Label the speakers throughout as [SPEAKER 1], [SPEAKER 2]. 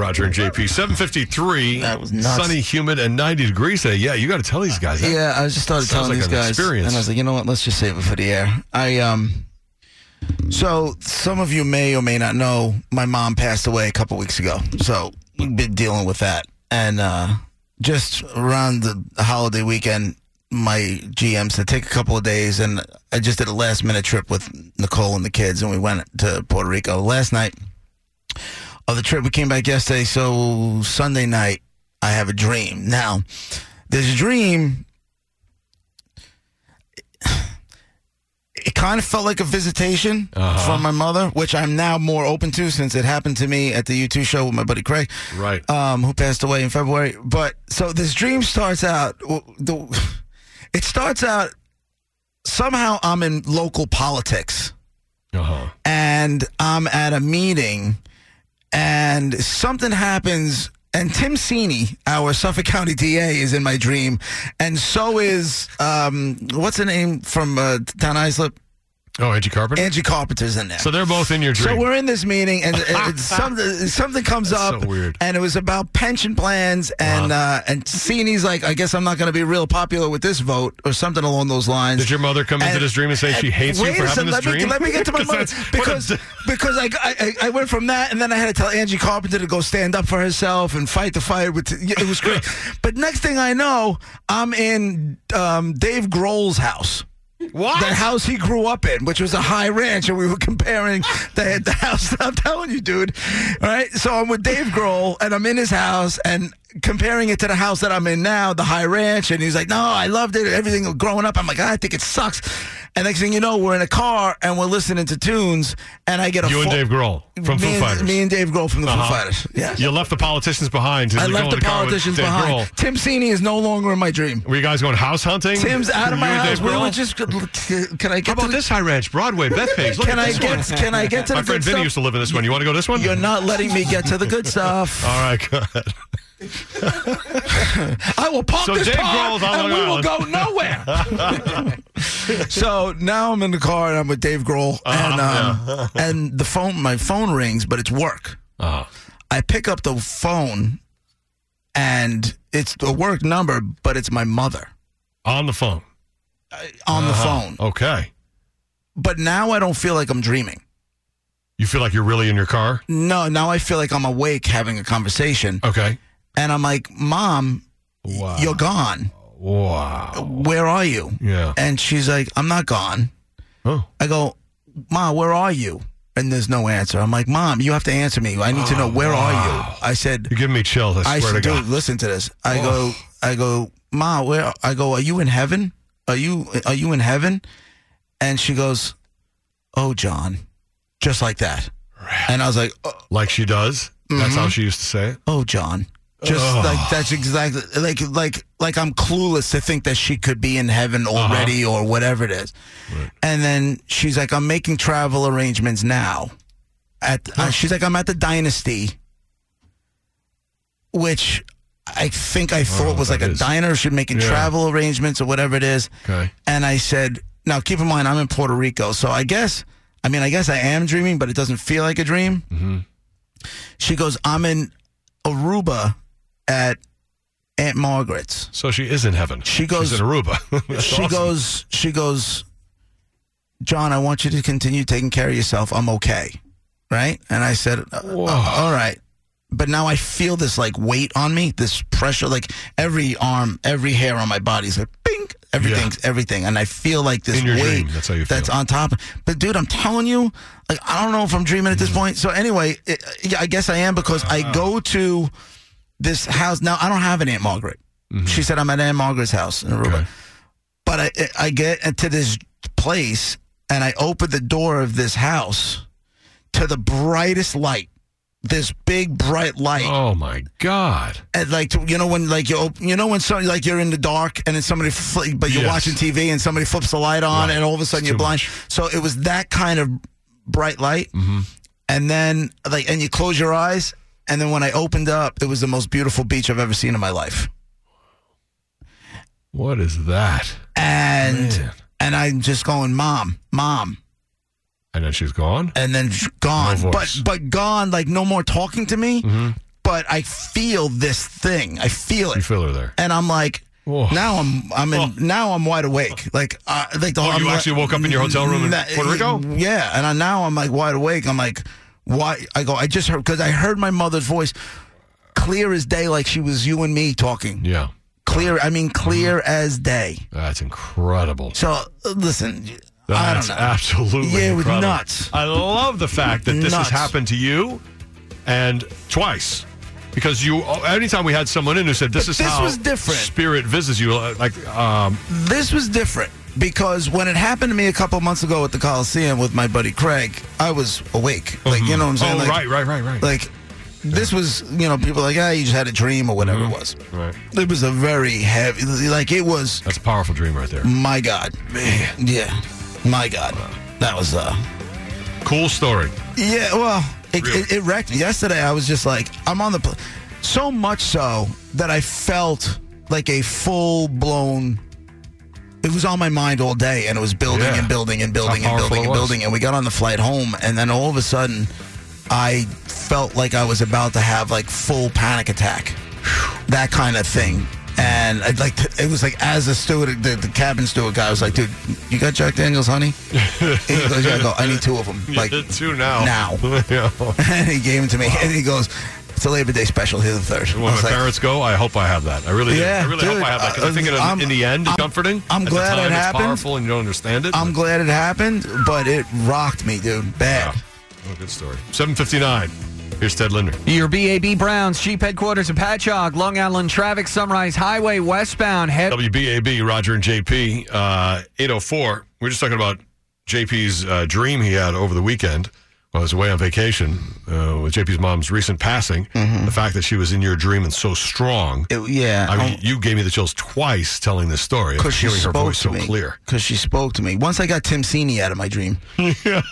[SPEAKER 1] Roger and JP. 753.
[SPEAKER 2] That was nuts.
[SPEAKER 1] Sunny, humid, and 90 degrees today. Yeah, you got to tell these guys that.
[SPEAKER 2] Yeah, I just started
[SPEAKER 1] Sounds
[SPEAKER 2] telling
[SPEAKER 1] like
[SPEAKER 2] these
[SPEAKER 1] an
[SPEAKER 2] guys,
[SPEAKER 1] experience.
[SPEAKER 2] and I was like, you know what? Let's just save it for the air. I um, so some of you may or may not know, my mom passed away a couple weeks ago, so we've been dealing with that. And uh, just around the holiday weekend, my GM said take a couple of days, and I just did a last minute trip with Nicole and the kids, and we went to Puerto Rico last night of the trip. We came back yesterday, so Sunday night I have a dream. Now, this dream, it kind of felt like a visitation from my mother, which I'm now more open to since it happened to me at the U2 show with my buddy Craig,
[SPEAKER 1] Right.
[SPEAKER 2] um, who passed away in February. But so this dream starts out. w- The, it starts out somehow I'm in local politics
[SPEAKER 1] Uh-huh.
[SPEAKER 2] and I'm at a meeting and something happens and Tim Sini, our Suffolk County DA, is in my dream, and so is um, what's the name from uh, Town Islip?
[SPEAKER 1] Oh, Angie Carpenter?
[SPEAKER 2] Angie Carpenter's in there.
[SPEAKER 1] so they're both in your
[SPEAKER 2] So
[SPEAKER 1] dream.
[SPEAKER 2] we're in this meeting, and it- it's something something comes
[SPEAKER 1] That's
[SPEAKER 2] up,
[SPEAKER 1] so weird.
[SPEAKER 2] and it was about pension plans, and uh, and Sini's like, I guess I'm not going to be real popular with this vote, or something along those lines.
[SPEAKER 1] Did your mother come into
[SPEAKER 2] And-
[SPEAKER 1] this dream and say she hates you
[SPEAKER 2] Wait
[SPEAKER 1] for
[SPEAKER 2] a
[SPEAKER 1] having
[SPEAKER 2] second,
[SPEAKER 1] this
[SPEAKER 2] let me,
[SPEAKER 1] dream?
[SPEAKER 2] Let me get to my
[SPEAKER 1] 'Cause
[SPEAKER 2] mother
[SPEAKER 1] that's- what a
[SPEAKER 2] because
[SPEAKER 1] d-
[SPEAKER 2] because I, I I went from that and then I had to tell Angie Carpenter to go stand up for herself and fight the fire. With it was great, but next thing I know, I'm in um, Dave Grohl's house.
[SPEAKER 1] What?
[SPEAKER 2] That house he grew up in, which was a high ranch, and we were comparing the, the house. I'm telling you, dude. All right, so I'm with Dave Grohl, and I'm in his house, and comparing it to the house that I'm in now, the high ranch. And he's like, "No, I loved it. Everything growing up." I'm like, "I think it sucks." And next thing you know, we're in a car and we're listening to tunes, and I get a
[SPEAKER 1] you and
[SPEAKER 2] pho-
[SPEAKER 1] Dave Grohl from Foo
[SPEAKER 2] me and,
[SPEAKER 1] Fighters.
[SPEAKER 2] me and Dave Grohl from the
[SPEAKER 1] Uh-huh.
[SPEAKER 2] Foo Fighters. Yeah,
[SPEAKER 1] You left the politicians behind.
[SPEAKER 2] I
[SPEAKER 1] You're going
[SPEAKER 2] left the
[SPEAKER 1] in car with
[SPEAKER 2] politicians
[SPEAKER 1] Dave
[SPEAKER 2] behind.
[SPEAKER 1] Grohl.
[SPEAKER 2] Tim Sini is no longer in my dream.
[SPEAKER 1] Were you guys going house hunting?
[SPEAKER 2] Tim's out of
[SPEAKER 1] You
[SPEAKER 2] my
[SPEAKER 1] and
[SPEAKER 2] house.
[SPEAKER 1] Dave
[SPEAKER 2] We
[SPEAKER 1] Grohl?
[SPEAKER 2] were just. Can I get
[SPEAKER 1] How
[SPEAKER 2] to
[SPEAKER 1] about
[SPEAKER 2] the-
[SPEAKER 1] this high ranch, Broadway, Bethpage? Look
[SPEAKER 2] Can
[SPEAKER 1] at
[SPEAKER 2] I
[SPEAKER 1] this
[SPEAKER 2] get
[SPEAKER 1] one.
[SPEAKER 2] can I get to the
[SPEAKER 1] My friend
[SPEAKER 2] good
[SPEAKER 1] Vinny
[SPEAKER 2] stuff?
[SPEAKER 1] used to live in this one. You want to Oh. go this one?
[SPEAKER 2] You're not letting me get to the good stuff.
[SPEAKER 1] All right, good.
[SPEAKER 2] I will park
[SPEAKER 1] So
[SPEAKER 2] this
[SPEAKER 1] Dave
[SPEAKER 2] car
[SPEAKER 1] Grohl's on
[SPEAKER 2] and we
[SPEAKER 1] Long
[SPEAKER 2] will go
[SPEAKER 1] Island.
[SPEAKER 2] nowhere. so now I'm in the car and I'm with Dave Grohl
[SPEAKER 1] Uh-huh.
[SPEAKER 2] and um, and the phone my phone rings but it's work.
[SPEAKER 1] Uh,
[SPEAKER 2] I pick up the phone and it's a work number but it's my mother
[SPEAKER 1] on the phone.
[SPEAKER 2] on
[SPEAKER 1] Uh-huh.
[SPEAKER 2] the phone.
[SPEAKER 1] Okay.
[SPEAKER 2] But now I don't feel like I'm dreaming.
[SPEAKER 1] You feel like you're really in your car?
[SPEAKER 2] No, now I feel like I'm awake having a conversation
[SPEAKER 1] Okay.
[SPEAKER 2] and I'm like, "Mom,
[SPEAKER 1] Wow.
[SPEAKER 2] you're gone.
[SPEAKER 1] Wow.
[SPEAKER 2] Where are you?"
[SPEAKER 1] Yeah.
[SPEAKER 2] And she's like, I'm not gone.
[SPEAKER 1] Oh.
[SPEAKER 2] I go, Ma, where are you? And there's no answer. I'm like, Mom, you have to answer me. I need to know where are you? I said,
[SPEAKER 1] You're giving me chills. I swear
[SPEAKER 2] I said,
[SPEAKER 1] to God. Oh.
[SPEAKER 2] dude, listen to this. I go, I go, Ma, where? I go, are you in heaven? Are you are you in heaven? And she goes, Oh, John, just like that. And I was like, "Oh,
[SPEAKER 1] Like she does. That's
[SPEAKER 2] Mm-hmm.
[SPEAKER 1] how she used to say it.
[SPEAKER 2] Oh, John. Just like that's exactly like like like I'm clueless to think that she could be in heaven
[SPEAKER 1] Uh-huh.
[SPEAKER 2] already or whatever it is. And then she's like, I'm making travel arrangements now. At uh, she's like, I'm at the Dynasty, which I think I thought was
[SPEAKER 1] that
[SPEAKER 2] like a
[SPEAKER 1] is-
[SPEAKER 2] diner. She's making
[SPEAKER 1] Yeah.
[SPEAKER 2] travel arrangements or whatever it is.
[SPEAKER 1] Okay.
[SPEAKER 2] And I said, now keep in mind, I'm in Puerto Rico. So I guess, I mean, I guess I am dreaming, but it doesn't feel like a dream. She goes, I'm in Aruba at Aunt Margaret's.
[SPEAKER 1] So she is in heaven.
[SPEAKER 2] She goes-
[SPEAKER 1] She's in Aruba. That's
[SPEAKER 2] she
[SPEAKER 1] awesome.
[SPEAKER 2] goes, she goes, John, I want you to continue taking care of yourself. I'm okay. Right. And I said, uh, uh, all right. But now I feel this like weight on me, this pressure, like every arm, every hair on my body's like, bing, everything's everything. And I feel like this
[SPEAKER 1] In your
[SPEAKER 2] weight
[SPEAKER 1] dream, that's how you feel.
[SPEAKER 2] on top. But dude, I'm telling you, like, I don't know if I'm dreaming at this
[SPEAKER 1] Mm.
[SPEAKER 2] point. So anyway, it, yeah, I guess I am because
[SPEAKER 1] Ah.
[SPEAKER 2] I go to this house. Now I don't have an Aunt Margaret.
[SPEAKER 1] Mm-hmm.
[SPEAKER 2] She said I'm at Aunt Margaret's house in Aruba
[SPEAKER 1] Okay.
[SPEAKER 2] but I I get into this place and I open the door of this house to the brightest light, this big bright light,
[SPEAKER 1] Oh my God.
[SPEAKER 2] and like to, you know when like you op- you know when some like you're in the dark and then somebody fl- but you're
[SPEAKER 1] Yes.
[SPEAKER 2] watching TV and somebody flips the light on
[SPEAKER 1] Right.
[SPEAKER 2] and all of a sudden
[SPEAKER 1] It's
[SPEAKER 2] you're
[SPEAKER 1] too
[SPEAKER 2] blind.
[SPEAKER 1] much. Mm-hmm.
[SPEAKER 2] So it was that kind of bright light, and then like and you close your eyes and then when I opened up, it was the most beautiful beach I've ever seen in my life.
[SPEAKER 1] What is that?
[SPEAKER 2] And
[SPEAKER 1] Man.
[SPEAKER 2] and I'm just going, mom, mom,
[SPEAKER 1] And then she's gone.
[SPEAKER 2] and then gone.
[SPEAKER 1] Mm-hmm. No
[SPEAKER 2] but
[SPEAKER 1] voice. Mm-hmm.
[SPEAKER 2] but gone, like no more talking to me. but I feel this thing. I feel
[SPEAKER 1] You
[SPEAKER 2] it,
[SPEAKER 1] feel her there.
[SPEAKER 2] and I'm like,
[SPEAKER 1] Whoa.
[SPEAKER 2] now I'm I'm in,
[SPEAKER 1] Oh.
[SPEAKER 2] now I'm wide awake. Like uh, like the
[SPEAKER 1] Oh,
[SPEAKER 2] I'm
[SPEAKER 1] you
[SPEAKER 2] like-
[SPEAKER 1] actually woke up in your hotel room in
[SPEAKER 2] That-
[SPEAKER 1] Puerto Rico?
[SPEAKER 2] Yeah, and I, now I'm like wide awake. I'm like, why? I go, I just heard because I heard my mother's voice, clear as day, like she was you and me talking.
[SPEAKER 1] Yeah. Mm-hmm.
[SPEAKER 2] Clear, I mean, clear as day.
[SPEAKER 1] That's incredible.
[SPEAKER 2] So uh, listen, I don't
[SPEAKER 1] That's
[SPEAKER 2] know.
[SPEAKER 1] absolutely
[SPEAKER 2] Yeah, it was
[SPEAKER 1] incredible.
[SPEAKER 2] nuts.
[SPEAKER 1] I love the fact that this has
[SPEAKER 2] Nuts.
[SPEAKER 1] happened to you and twice. Because you, anytime we had someone in who said, "This is
[SPEAKER 2] this
[SPEAKER 1] how
[SPEAKER 2] was different.
[SPEAKER 1] spirit visits you," like, um,
[SPEAKER 2] this was different because when it happened to me a couple months ago at the Coliseum with my buddy Craig, I was awake. Like you know what I'm saying?
[SPEAKER 1] oh,
[SPEAKER 2] like,
[SPEAKER 1] right, right, right, right,
[SPEAKER 2] Like this was you know people like ah you just had a dream or whatever
[SPEAKER 1] Mm-hmm.
[SPEAKER 2] it was.
[SPEAKER 1] right.
[SPEAKER 2] It was a very heavy like it was
[SPEAKER 1] That's a powerful dream right there.
[SPEAKER 2] my God. Yeah, my God. That was uh
[SPEAKER 1] Cool story.
[SPEAKER 2] yeah. Well, it,
[SPEAKER 1] Really?
[SPEAKER 2] it, it wrecked me. Yesterday I was just like I'm on the pl- so much so that I felt like a full blown. It was on my mind all day, and it was building
[SPEAKER 1] Yeah.
[SPEAKER 2] and building and
[SPEAKER 1] That's how
[SPEAKER 2] building and
[SPEAKER 1] powerful it
[SPEAKER 2] building and
[SPEAKER 1] was.
[SPEAKER 2] building. And we got on the flight home, and then all of a sudden, I felt like I was about to have like full panic attack, that kind of thing. And I'd like to, it was like as a steward, the, the cabin steward guy was like, "Dude, you got Jack Daniels, honey?" And he goes, "Yeah." I go, "I need two of them." Like
[SPEAKER 1] you did too now.
[SPEAKER 2] now.
[SPEAKER 1] yeah.
[SPEAKER 2] and he gave them to me, and he goes, "It's a Labor Day special. Here's the third. I
[SPEAKER 1] When my
[SPEAKER 2] was like,
[SPEAKER 1] parents go, I hope I have that. I really, do.
[SPEAKER 2] Yeah,
[SPEAKER 1] I really
[SPEAKER 2] dude, uh,
[SPEAKER 1] hope I have that because I think it,
[SPEAKER 2] I'm-
[SPEAKER 1] in the end, it's
[SPEAKER 2] I'm-
[SPEAKER 1] comforting.
[SPEAKER 2] I'm
[SPEAKER 1] At the
[SPEAKER 2] glad it
[SPEAKER 1] time, it's
[SPEAKER 2] happened.
[SPEAKER 1] Powerful, and you don't understand it.
[SPEAKER 2] I'm glad it happened, but it rocked me, dude, bad.
[SPEAKER 1] Oh, good story. 759. Here's Ted Linder.
[SPEAKER 3] Your BAB Browns, Jeep headquarters in Patchogue, Long Island traffic, Sunrise Highway, westbound head.
[SPEAKER 1] WBAB, Roger and JP, uh, 804. We We're just talking about JP's uh, dream he had over the weekend while I was away on vacation uh, with JP's mom's recent passing. The fact that she was in your dream and so strong.
[SPEAKER 2] Mm-hmm. It- yeah,
[SPEAKER 1] I mean, you gave me the chills twice telling this story.
[SPEAKER 2] because she
[SPEAKER 1] hearing her
[SPEAKER 2] spoke
[SPEAKER 1] voice
[SPEAKER 2] to
[SPEAKER 1] so
[SPEAKER 2] me.
[SPEAKER 1] clear.
[SPEAKER 2] Because she spoke to me. Once I got Tim Sini out of my dream.
[SPEAKER 1] Him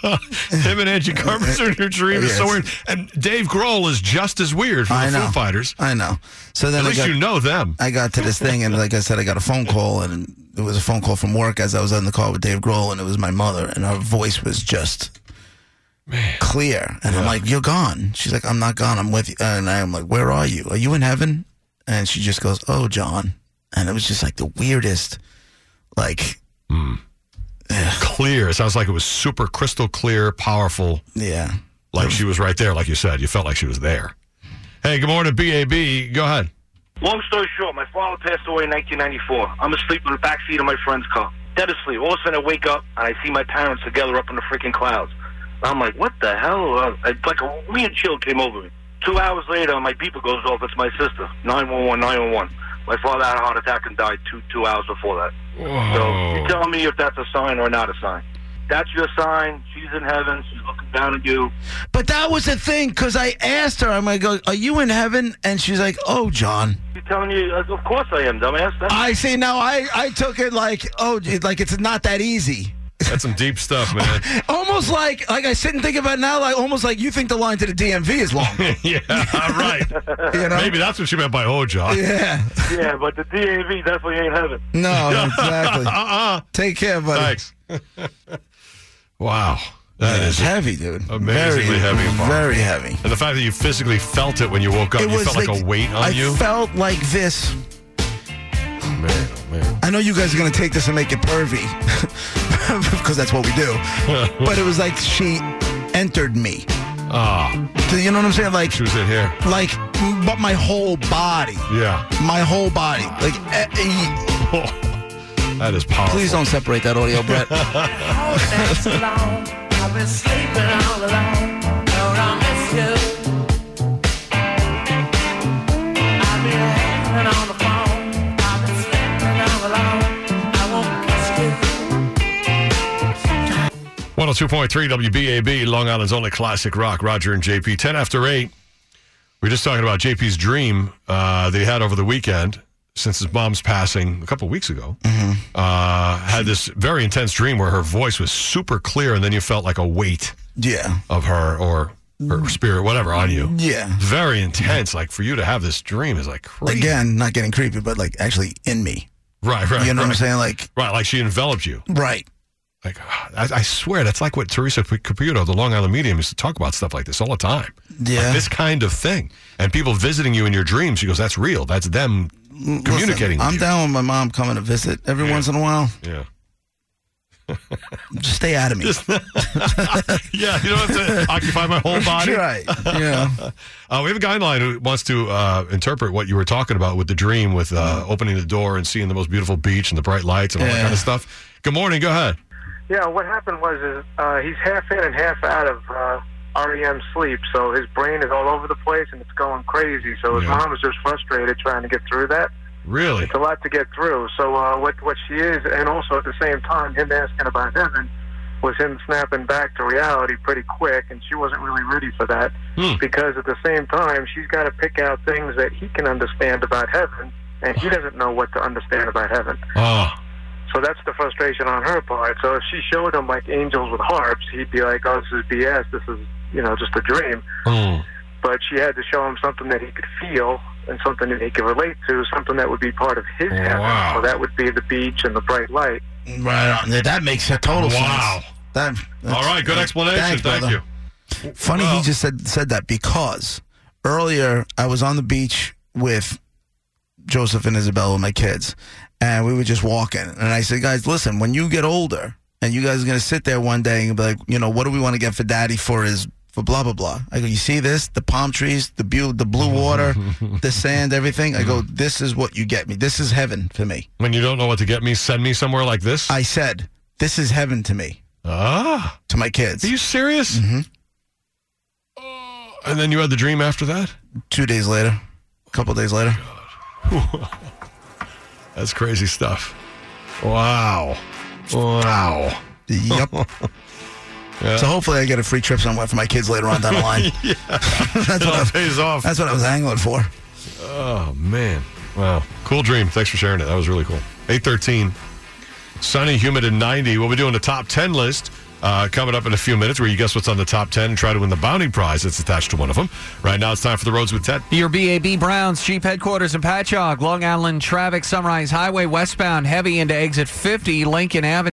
[SPEAKER 1] and Angie Carpenter in your dream is so
[SPEAKER 2] Yes.
[SPEAKER 1] weird. And Dave Grohl is just as weird from
[SPEAKER 2] I
[SPEAKER 1] the
[SPEAKER 2] know.
[SPEAKER 1] Foo Fighters.
[SPEAKER 2] I know. So then
[SPEAKER 1] At
[SPEAKER 2] I
[SPEAKER 1] least
[SPEAKER 2] got,
[SPEAKER 1] you know them.
[SPEAKER 2] I got to this thing, and like I said, I got a phone call, and it was a phone call from work as I was on the call with Dave Grohl, and it was my mother, and her voice was just clear. And I'm like, You're gone. She's like, I'm not gone. I'm with you. And I'm like, Where are you? Are you in heaven? And she just goes, Oh, John. And it was just like the weirdest, like,
[SPEAKER 1] Clear. It sounds like it was super crystal clear, powerful.
[SPEAKER 2] yeah.
[SPEAKER 1] Like she was right there, like you said. You felt like she was there. Hey, good morning, BAB. Go ahead.
[SPEAKER 4] Long story short, my father passed away in 1994. I'm asleep in the backseat of my friend's car, dead asleep. All of a sudden, I wake up and I see my parents together up in the freaking clouds. I'm like, what the hell? Uh, I, like a weird chill came over me. Two hours later, my beeper goes off. It's my sister. 911, 911. My father had a heart attack and died two two hours before that. So you tell me if that's a sign or not a sign. That's your sign. She's in heaven. She's looking down at you.
[SPEAKER 2] But that was the thing, because I asked her, I'm like, Are you in heaven? And she's like, Oh, John.
[SPEAKER 4] She's telling you, uh, of course I am, dumbass. That's
[SPEAKER 2] I see. Now I I took it like oh it- like it's not that easy.
[SPEAKER 1] That's some deep stuff, man.
[SPEAKER 2] Almost like like I sit and think about it now like almost like you think the line to the DMV is long.
[SPEAKER 1] yeah, right.
[SPEAKER 2] You know?
[SPEAKER 1] Maybe that's what she meant by oh, John.
[SPEAKER 2] Yeah.
[SPEAKER 4] yeah, but the DAV definitely ain't heaven.
[SPEAKER 2] No. Exactly.
[SPEAKER 1] Uh-uh.
[SPEAKER 2] Take care, buddy.
[SPEAKER 1] Thanks. wow. That
[SPEAKER 2] It's
[SPEAKER 1] is
[SPEAKER 2] heavy, dude.
[SPEAKER 1] Amazingly
[SPEAKER 2] very,
[SPEAKER 1] heavy and powerful.
[SPEAKER 2] Very heavy.
[SPEAKER 1] And the fact that you physically felt it when you woke up, you felt like, a weight on
[SPEAKER 2] I
[SPEAKER 1] you.
[SPEAKER 2] felt like this.
[SPEAKER 1] man, oh, man.
[SPEAKER 2] I know you guys are gonna take this and make it pervy, because that's what we do. but it was like she entered me.
[SPEAKER 1] Ah,
[SPEAKER 2] Do You know what I'm saying? Like,
[SPEAKER 1] she was in here.
[SPEAKER 2] like, but my whole body.
[SPEAKER 1] Yeah.
[SPEAKER 2] my whole body. Like, eh, eh,
[SPEAKER 1] that is powerful.
[SPEAKER 2] please don't separate that audio, Brett.
[SPEAKER 5] I've been sleeping all alone. Lord, I miss you. I've been hanging on the phone. I've been sleeping all alone. I won't miss you.
[SPEAKER 1] 102.3 WBAB, Long Island's only classic rock, Roger and JP. 10 after 8. We were just talking about JP's dream uh, that he had over the weekend since his mom's passing a couple weeks ago.
[SPEAKER 2] Mm-hmm.
[SPEAKER 1] Uh, had this very intense dream where her voice was super clear, and then you felt like a weight
[SPEAKER 2] yeah,
[SPEAKER 1] of her or
[SPEAKER 2] Mm.
[SPEAKER 1] her spirit, whatever, on you.
[SPEAKER 2] yeah.
[SPEAKER 1] Very intense. Like for you to have this dream is like crazy.
[SPEAKER 2] Again, not getting creepy, but like actually in me.
[SPEAKER 1] Right, right.
[SPEAKER 2] You know
[SPEAKER 1] right.
[SPEAKER 2] what I'm saying? Like,
[SPEAKER 1] Right, like she enveloped you.
[SPEAKER 2] right.
[SPEAKER 1] Like, I, I swear, that's like what Teresa P- Caputo, the Long Island medium, used to talk about stuff like this all the time.
[SPEAKER 2] Yeah.
[SPEAKER 1] Like this kind of thing. And people visiting you in your dreams, she goes, that's real. That's them communicating
[SPEAKER 2] Listen, I'm
[SPEAKER 1] with
[SPEAKER 2] down with my mom coming to visit every once in a while.
[SPEAKER 1] you. Yeah.
[SPEAKER 2] Just stay out of me.
[SPEAKER 1] Yeah, you don't have to occupy my whole body.
[SPEAKER 2] right. Yeah.
[SPEAKER 1] Uh, we have a guy in line who wants to uh, interpret what you were talking about with the dream, with uh, opening the door and seeing the most beautiful beach and the bright lights and all that
[SPEAKER 2] Mm. Yeah.
[SPEAKER 1] kind of stuff. Good morning. Go ahead.
[SPEAKER 4] Yeah, what happened was is, uh, he's half in and half out of uh, REM sleep, so his brain is all over the place and it's going crazy. So his
[SPEAKER 1] Yeah.
[SPEAKER 4] mom is just frustrated trying to get through that.
[SPEAKER 1] Really?
[SPEAKER 4] It's a lot to get through. So uh, what what she is, and also at the same time, him asking about heaven was him snapping back to reality pretty quick, and she wasn't really ready for that
[SPEAKER 1] Hmm.
[SPEAKER 4] because at the same time she's got to pick out things that he can understand about heaven, and he doesn't know what to understand about heaven.
[SPEAKER 1] Oh,
[SPEAKER 4] So that's the frustration on her part. So if she showed him like angels with harps, he'd be like, "Oh, this is BS. This is you know just a dream."
[SPEAKER 1] mm.
[SPEAKER 4] But she had to show him something that he could feel and something that he could relate to, something that would be part of his heaven.
[SPEAKER 1] Wow.
[SPEAKER 4] So that would be the beach and the bright light.
[SPEAKER 2] Right on. Yeah, That makes a total sense.
[SPEAKER 1] Wow.
[SPEAKER 2] That, that's-
[SPEAKER 1] all right. Good
[SPEAKER 2] yeah.
[SPEAKER 1] explanation.
[SPEAKER 2] Thanks,
[SPEAKER 1] Thank
[SPEAKER 2] brother.
[SPEAKER 1] you.
[SPEAKER 2] Funny
[SPEAKER 1] Well-
[SPEAKER 2] he just said said that because earlier I was on the beach with Joseph and Isabella, my kids, and we were just walking. And I said, guys, listen, when you get older and you guys are gonna sit there one day and be like, you know, what do we want to get for daddy for his for blah blah blah. I go, you see this? The palm trees, the bu- the blue water, the sand, everything. I go, this is what you get me. This is heaven for me.
[SPEAKER 1] When you don't know what to get me, send me somewhere like this.
[SPEAKER 2] I said, this is heaven to me,
[SPEAKER 1] ah,
[SPEAKER 2] to my kids.
[SPEAKER 1] are you serious? Mm-hmm. and then you had the dream after that?
[SPEAKER 2] Two days later, a couple days later.
[SPEAKER 1] That's crazy stuff. Wow. Wow.
[SPEAKER 2] Yep. So hopefully I get a free trip somewhere for my kids later on down the line. that's,
[SPEAKER 1] It all
[SPEAKER 2] what I,
[SPEAKER 1] pays off.
[SPEAKER 2] that's what I was angling for.
[SPEAKER 1] Oh man. Wow. Cool dream. Thanks for sharing it. That was really cool. 813. Sunny, humid, and 90. We'll be doing the top 10 list uh, coming up in a few minutes where you guess what's on the top 10 and try to win the bounty prize that's attached to one of them. Right now, it's time for the Roads with Ted.
[SPEAKER 3] Your BAB Browns, Jeep headquarters in Patchogue, Long Island traffic, Sunrise Highway westbound, heavy into exit 50, Lincoln Avenue.